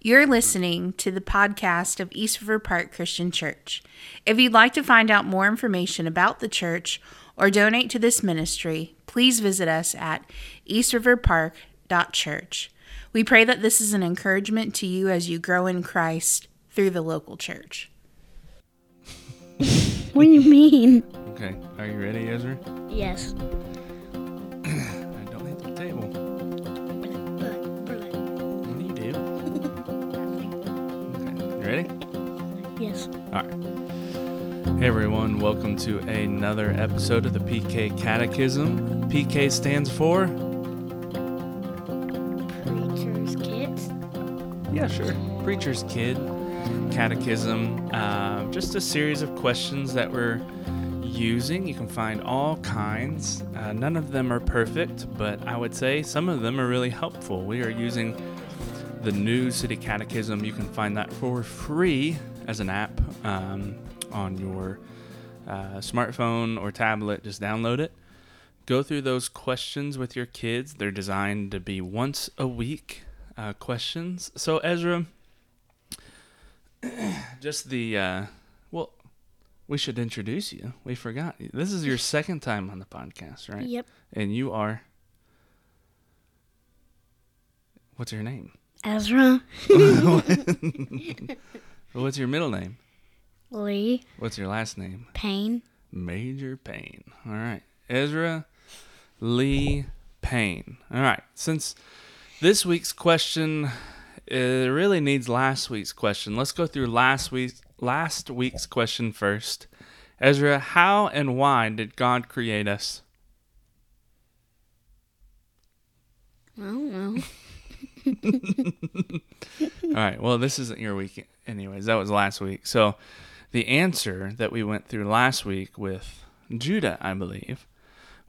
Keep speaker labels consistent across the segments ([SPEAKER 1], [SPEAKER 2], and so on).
[SPEAKER 1] You're listening to the podcast of East River Park Christian Church. If you'd like to find out more information about the church or donate to this ministry, please visit us at eastriverpark.church. We pray that this is an encouragement to you as you grow in Christ through the local church.
[SPEAKER 2] What do you mean?
[SPEAKER 3] Okay, are you ready, Ezra?
[SPEAKER 2] Yes.
[SPEAKER 3] I don't hit the table. What do you do? Okay, you ready?
[SPEAKER 2] Yes.
[SPEAKER 3] All right. Hey everyone, welcome to another episode of the PK Catechism. PK stands for?
[SPEAKER 2] Preacher's kids.
[SPEAKER 3] Yeah, sure. Preacher's Kid Catechism. Uh, just a series of questions that we're using. You can find all kinds. Uh, none of them are perfect, but I would say some of them are really helpful. We are using the new City Catechism. You can find that for free as an app um, on your uh, smartphone or tablet. Just download it go through those questions with your kids. They're designed to be once a week uh, questions. So Ezra, just the uh, well, we should introduce you. We forgot. you. This is your second time on the podcast, right?
[SPEAKER 2] Yep.
[SPEAKER 3] And you are. What's your name?
[SPEAKER 2] Ezra.
[SPEAKER 3] What's your middle name?
[SPEAKER 2] Lee.
[SPEAKER 3] What's your last name?
[SPEAKER 2] Payne.
[SPEAKER 3] Major Payne. All right. Ezra Lee Payne. All right. Since this week's question uh, really needs last week's question, let's go through last week's last week's question first. Ezra, how and why did God create us?
[SPEAKER 2] I don't know.
[SPEAKER 3] All right. Well, this isn't your week, anyways. That was last week. So, the answer that we went through last week with Judah, I believe,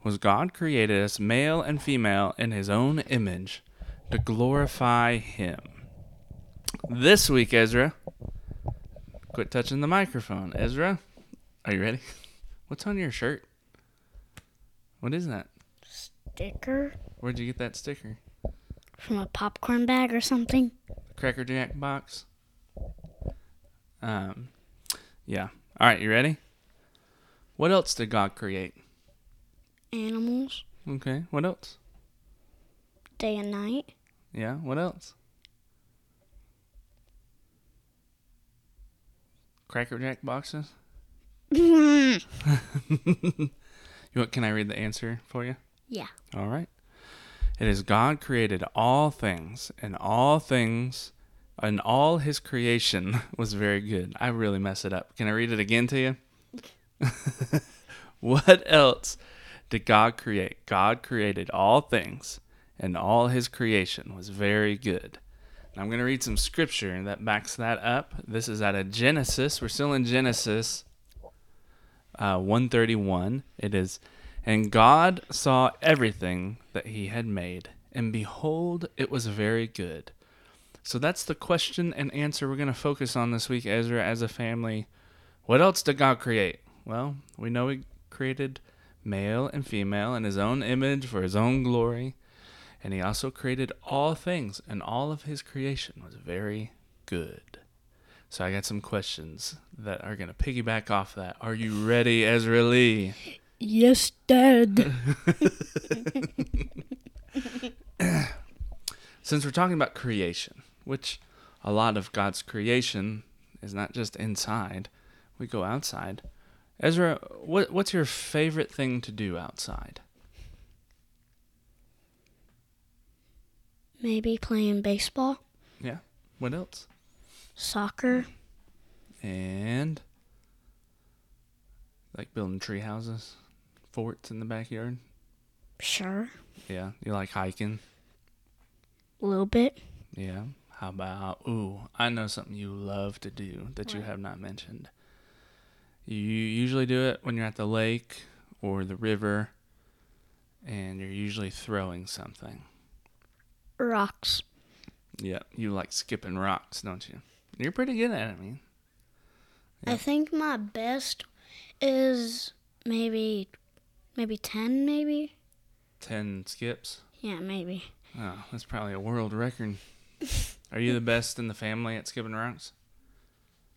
[SPEAKER 3] was God created us male and female in his own image to glorify him. This week, Ezra, quit touching the microphone. Ezra, are you ready? What's on your shirt? What is that?
[SPEAKER 2] Sticker
[SPEAKER 3] Where'd you get that sticker?
[SPEAKER 2] from a popcorn bag or something.
[SPEAKER 3] Cracker Jack box. Um, yeah. All right, you ready? What else did God create?
[SPEAKER 2] Animals.
[SPEAKER 3] Okay, what else?
[SPEAKER 2] Day and night.
[SPEAKER 3] Yeah, what else? Cracker Jack boxes. you want, can I read the answer for you?
[SPEAKER 2] yeah.
[SPEAKER 3] All right. It is God created all things, and all things, and all his creation was very good. I really mess it up. Can I read it again to you? what else did God create? God created all things, and all his creation was very good. And I'm going to read some scripture that backs that up. This is out of Genesis. We're still in Genesis uh, 131 it is and god saw everything that he had made and behold it was very good so that's the question and answer we're going to focus on this week ezra as a family what else did god create well we know he created male and female in his own image for his own glory and he also created all things and all of his creation was very good so I got some questions that are going to piggyback off that. Are you ready, Ezra Lee?
[SPEAKER 2] Yes, Dad.
[SPEAKER 3] Since we're talking about creation, which a lot of God's creation is not just inside, we go outside. Ezra, what, what's your favorite thing to do outside?
[SPEAKER 2] Maybe playing baseball,
[SPEAKER 3] Yeah. What else?
[SPEAKER 2] soccer,
[SPEAKER 3] And like building tree houses, forts in the backyard.
[SPEAKER 2] sure,
[SPEAKER 3] Yeah. You like hiking?
[SPEAKER 2] a little bit.
[SPEAKER 3] Yeah. How about ooh, I know something you love to do that you have not mentioned. You usually do it when you're at the lake or the river and you're usually throwing something.
[SPEAKER 2] Rocks.
[SPEAKER 3] Yeah. You like skipping rocks, don't you? You're pretty good at it, man.
[SPEAKER 2] I think my best is maybe, maybe ten, maybe.
[SPEAKER 3] Ten skips.
[SPEAKER 2] Yeah, maybe.
[SPEAKER 3] Oh, that's probably a world record. Are you the best in the family at skipping rocks?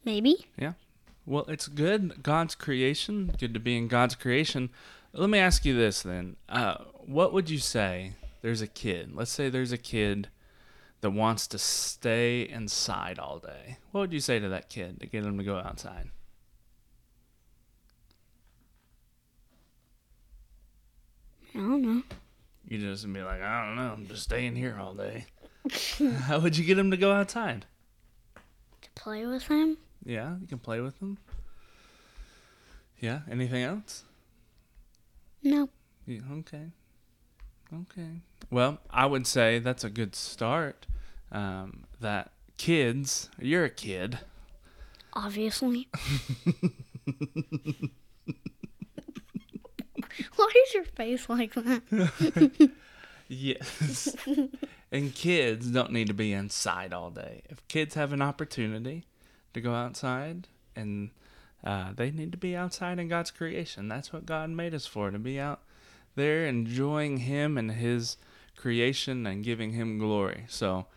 [SPEAKER 2] Maybe.
[SPEAKER 3] Yeah. Well, it's good. God's creation. Good to be in God's creation. Let me ask you this then. Uh, what would you say there's a kid? Let's say there's a kid that wants to stay inside all day. What would you say to that kid to get him to go outside?
[SPEAKER 2] I don't know.
[SPEAKER 3] You just be like, I don't know, I'm just staying here all day. How would you get him to go outside?
[SPEAKER 2] To play with him?
[SPEAKER 3] Yeah, you can play with them. Yeah, anything else?
[SPEAKER 2] No.
[SPEAKER 3] Yeah, okay. Okay. Well, I would say that's a good start. Um, that kids, you're a kid.
[SPEAKER 2] Obviously. Why is your face like that?
[SPEAKER 3] Yes. and kids don't need to be inside all day. If kids have an opportunity to go outside, and uh, they need to be outside in God's creation, that's what God made us for to be out there enjoying Him and His creation and giving Him glory. So,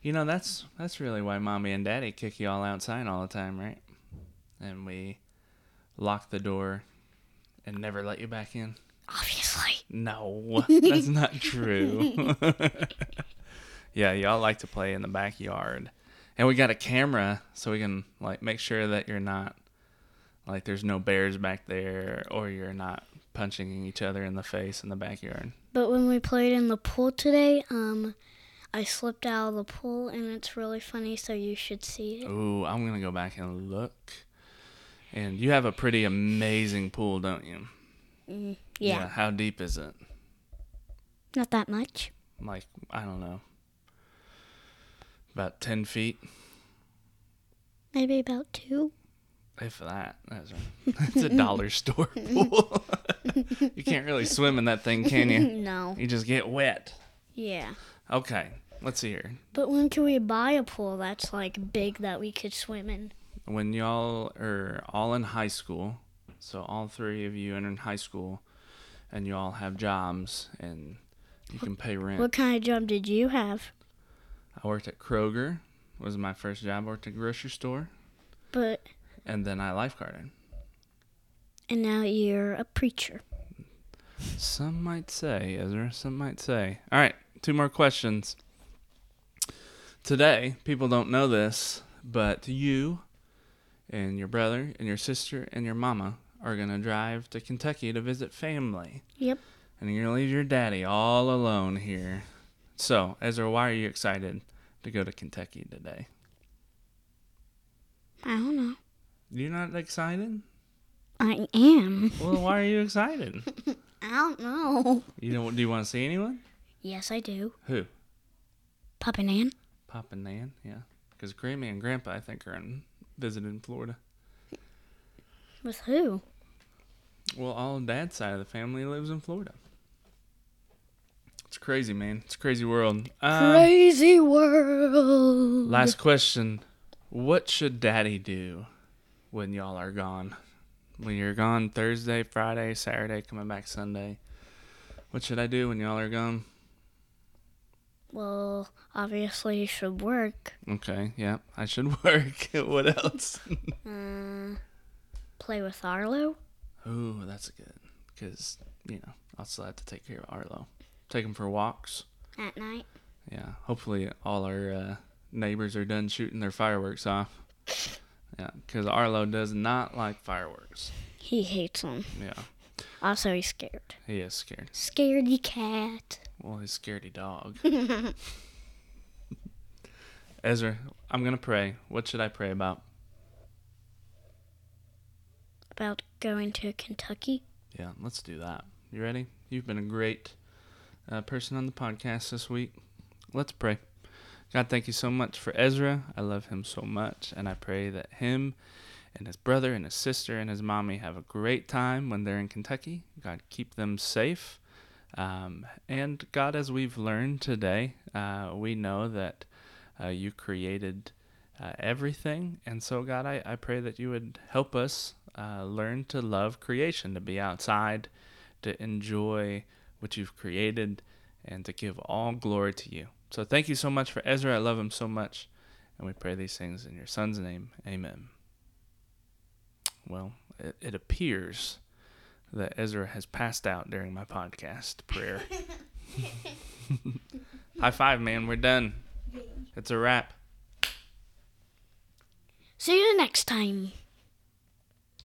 [SPEAKER 3] you know, that's that's really why mommy and daddy kick you all outside all the time, right? And we lock the door and never let you back in.
[SPEAKER 2] Obviously.
[SPEAKER 3] No, that's not true. yeah, y'all like to play in the backyard. And we got a camera so we can like make sure that you're not like there's no bears back there or you're not punching each other in the face in the backyard.
[SPEAKER 2] But when we played in the pool today, um, I slipped out of the pool and it's really funny, so you should see it.
[SPEAKER 3] Ooh, I'm going to go back and look. And you have a pretty amazing pool, don't you?
[SPEAKER 2] Yeah.
[SPEAKER 3] How deep is it?
[SPEAKER 2] Not that much.
[SPEAKER 3] Like, I don't know. About 10 feet.
[SPEAKER 2] Maybe about two.
[SPEAKER 3] If that. That's right. It's a dollar store pool. you can't really swim in that thing, can you?
[SPEAKER 2] No.
[SPEAKER 3] You just get wet.
[SPEAKER 2] Yeah.
[SPEAKER 3] Okay, let's see here.
[SPEAKER 2] But when can we buy a pool that's like big that we could swim in?
[SPEAKER 3] When y'all are all in high school, so all three of you are in high school, and y'all have jobs and you can pay rent.
[SPEAKER 2] What kind of job did you have?
[SPEAKER 3] I worked at Kroger, was my first job. I worked at a grocery store,
[SPEAKER 2] But
[SPEAKER 3] and then I lifeguarded.
[SPEAKER 2] and now you're a preacher.
[SPEAKER 3] Some might say, Ezra, some might say. All right, two more questions. Today, people don't know this, but you and your brother and your sister and your mama are going to drive to Kentucky to visit family.
[SPEAKER 2] Yep.
[SPEAKER 3] And you're going to leave your daddy all alone here. So, Ezra, why are you excited to go to Kentucky today?
[SPEAKER 2] I don't know.
[SPEAKER 3] You're not excited?
[SPEAKER 2] I am.
[SPEAKER 3] Well, why are you excited?
[SPEAKER 2] I don't know.
[SPEAKER 3] You don't do you want to see anyone?
[SPEAKER 2] Yes, I do.
[SPEAKER 3] Who?
[SPEAKER 2] Papa Nan.
[SPEAKER 3] Pop and Nan, yeah. Because Grammy and Grandpa, I think, are in, visiting Florida.
[SPEAKER 2] With who?
[SPEAKER 3] Well, all of Dad's side of the family lives in Florida. It's crazy, man. It's a crazy world. Um,
[SPEAKER 2] Crazy world.
[SPEAKER 3] last question. What should Daddy do when y'all are gone? When you're gone Thursday, Friday, Saturday, coming back Sunday. What should I do when y'all are gone?
[SPEAKER 2] Well, obviously you should work.
[SPEAKER 3] Okay, yeah, I should work. what else?
[SPEAKER 2] Uh, play with Arlo.
[SPEAKER 3] Ooh, that's good. Because, you know, I'll still have to take care of Arlo. Take him for walks.
[SPEAKER 2] At night.
[SPEAKER 3] Yeah. Hopefully, all our uh, neighbors are done shooting their fireworks off. Yeah. Because Arlo does not like fireworks.
[SPEAKER 2] He hates them.
[SPEAKER 3] Yeah.
[SPEAKER 2] Also, he's scared.
[SPEAKER 3] He is scared.
[SPEAKER 2] Scaredy cat.
[SPEAKER 3] Well, he's scaredy dog. Ezra, I'm going to pray. What should I pray about?
[SPEAKER 2] About going to Kentucky.
[SPEAKER 3] Yeah, let's do that. You ready? You've been a great uh, person on the podcast this week. Let's pray. God, thank you so much for Ezra. I love him so much, and I pray that him and his brother and his sister and his mommy have a great time when they're in Kentucky. God, keep them safe. Um, and God, as we've learned today, uh, we know that uh, you created uh, everything. And so, God, I, I pray that you would help us uh, learn to love creation, to be outside, to enjoy what you've created, and to give all glory to you. So thank you so much for Ezra. I love him so much. And we pray these things in your son's name. Amen. Well, it, it appears that Ezra has passed out during my podcast prayer. High five, man. We're done. It's a wrap.
[SPEAKER 2] See you next time.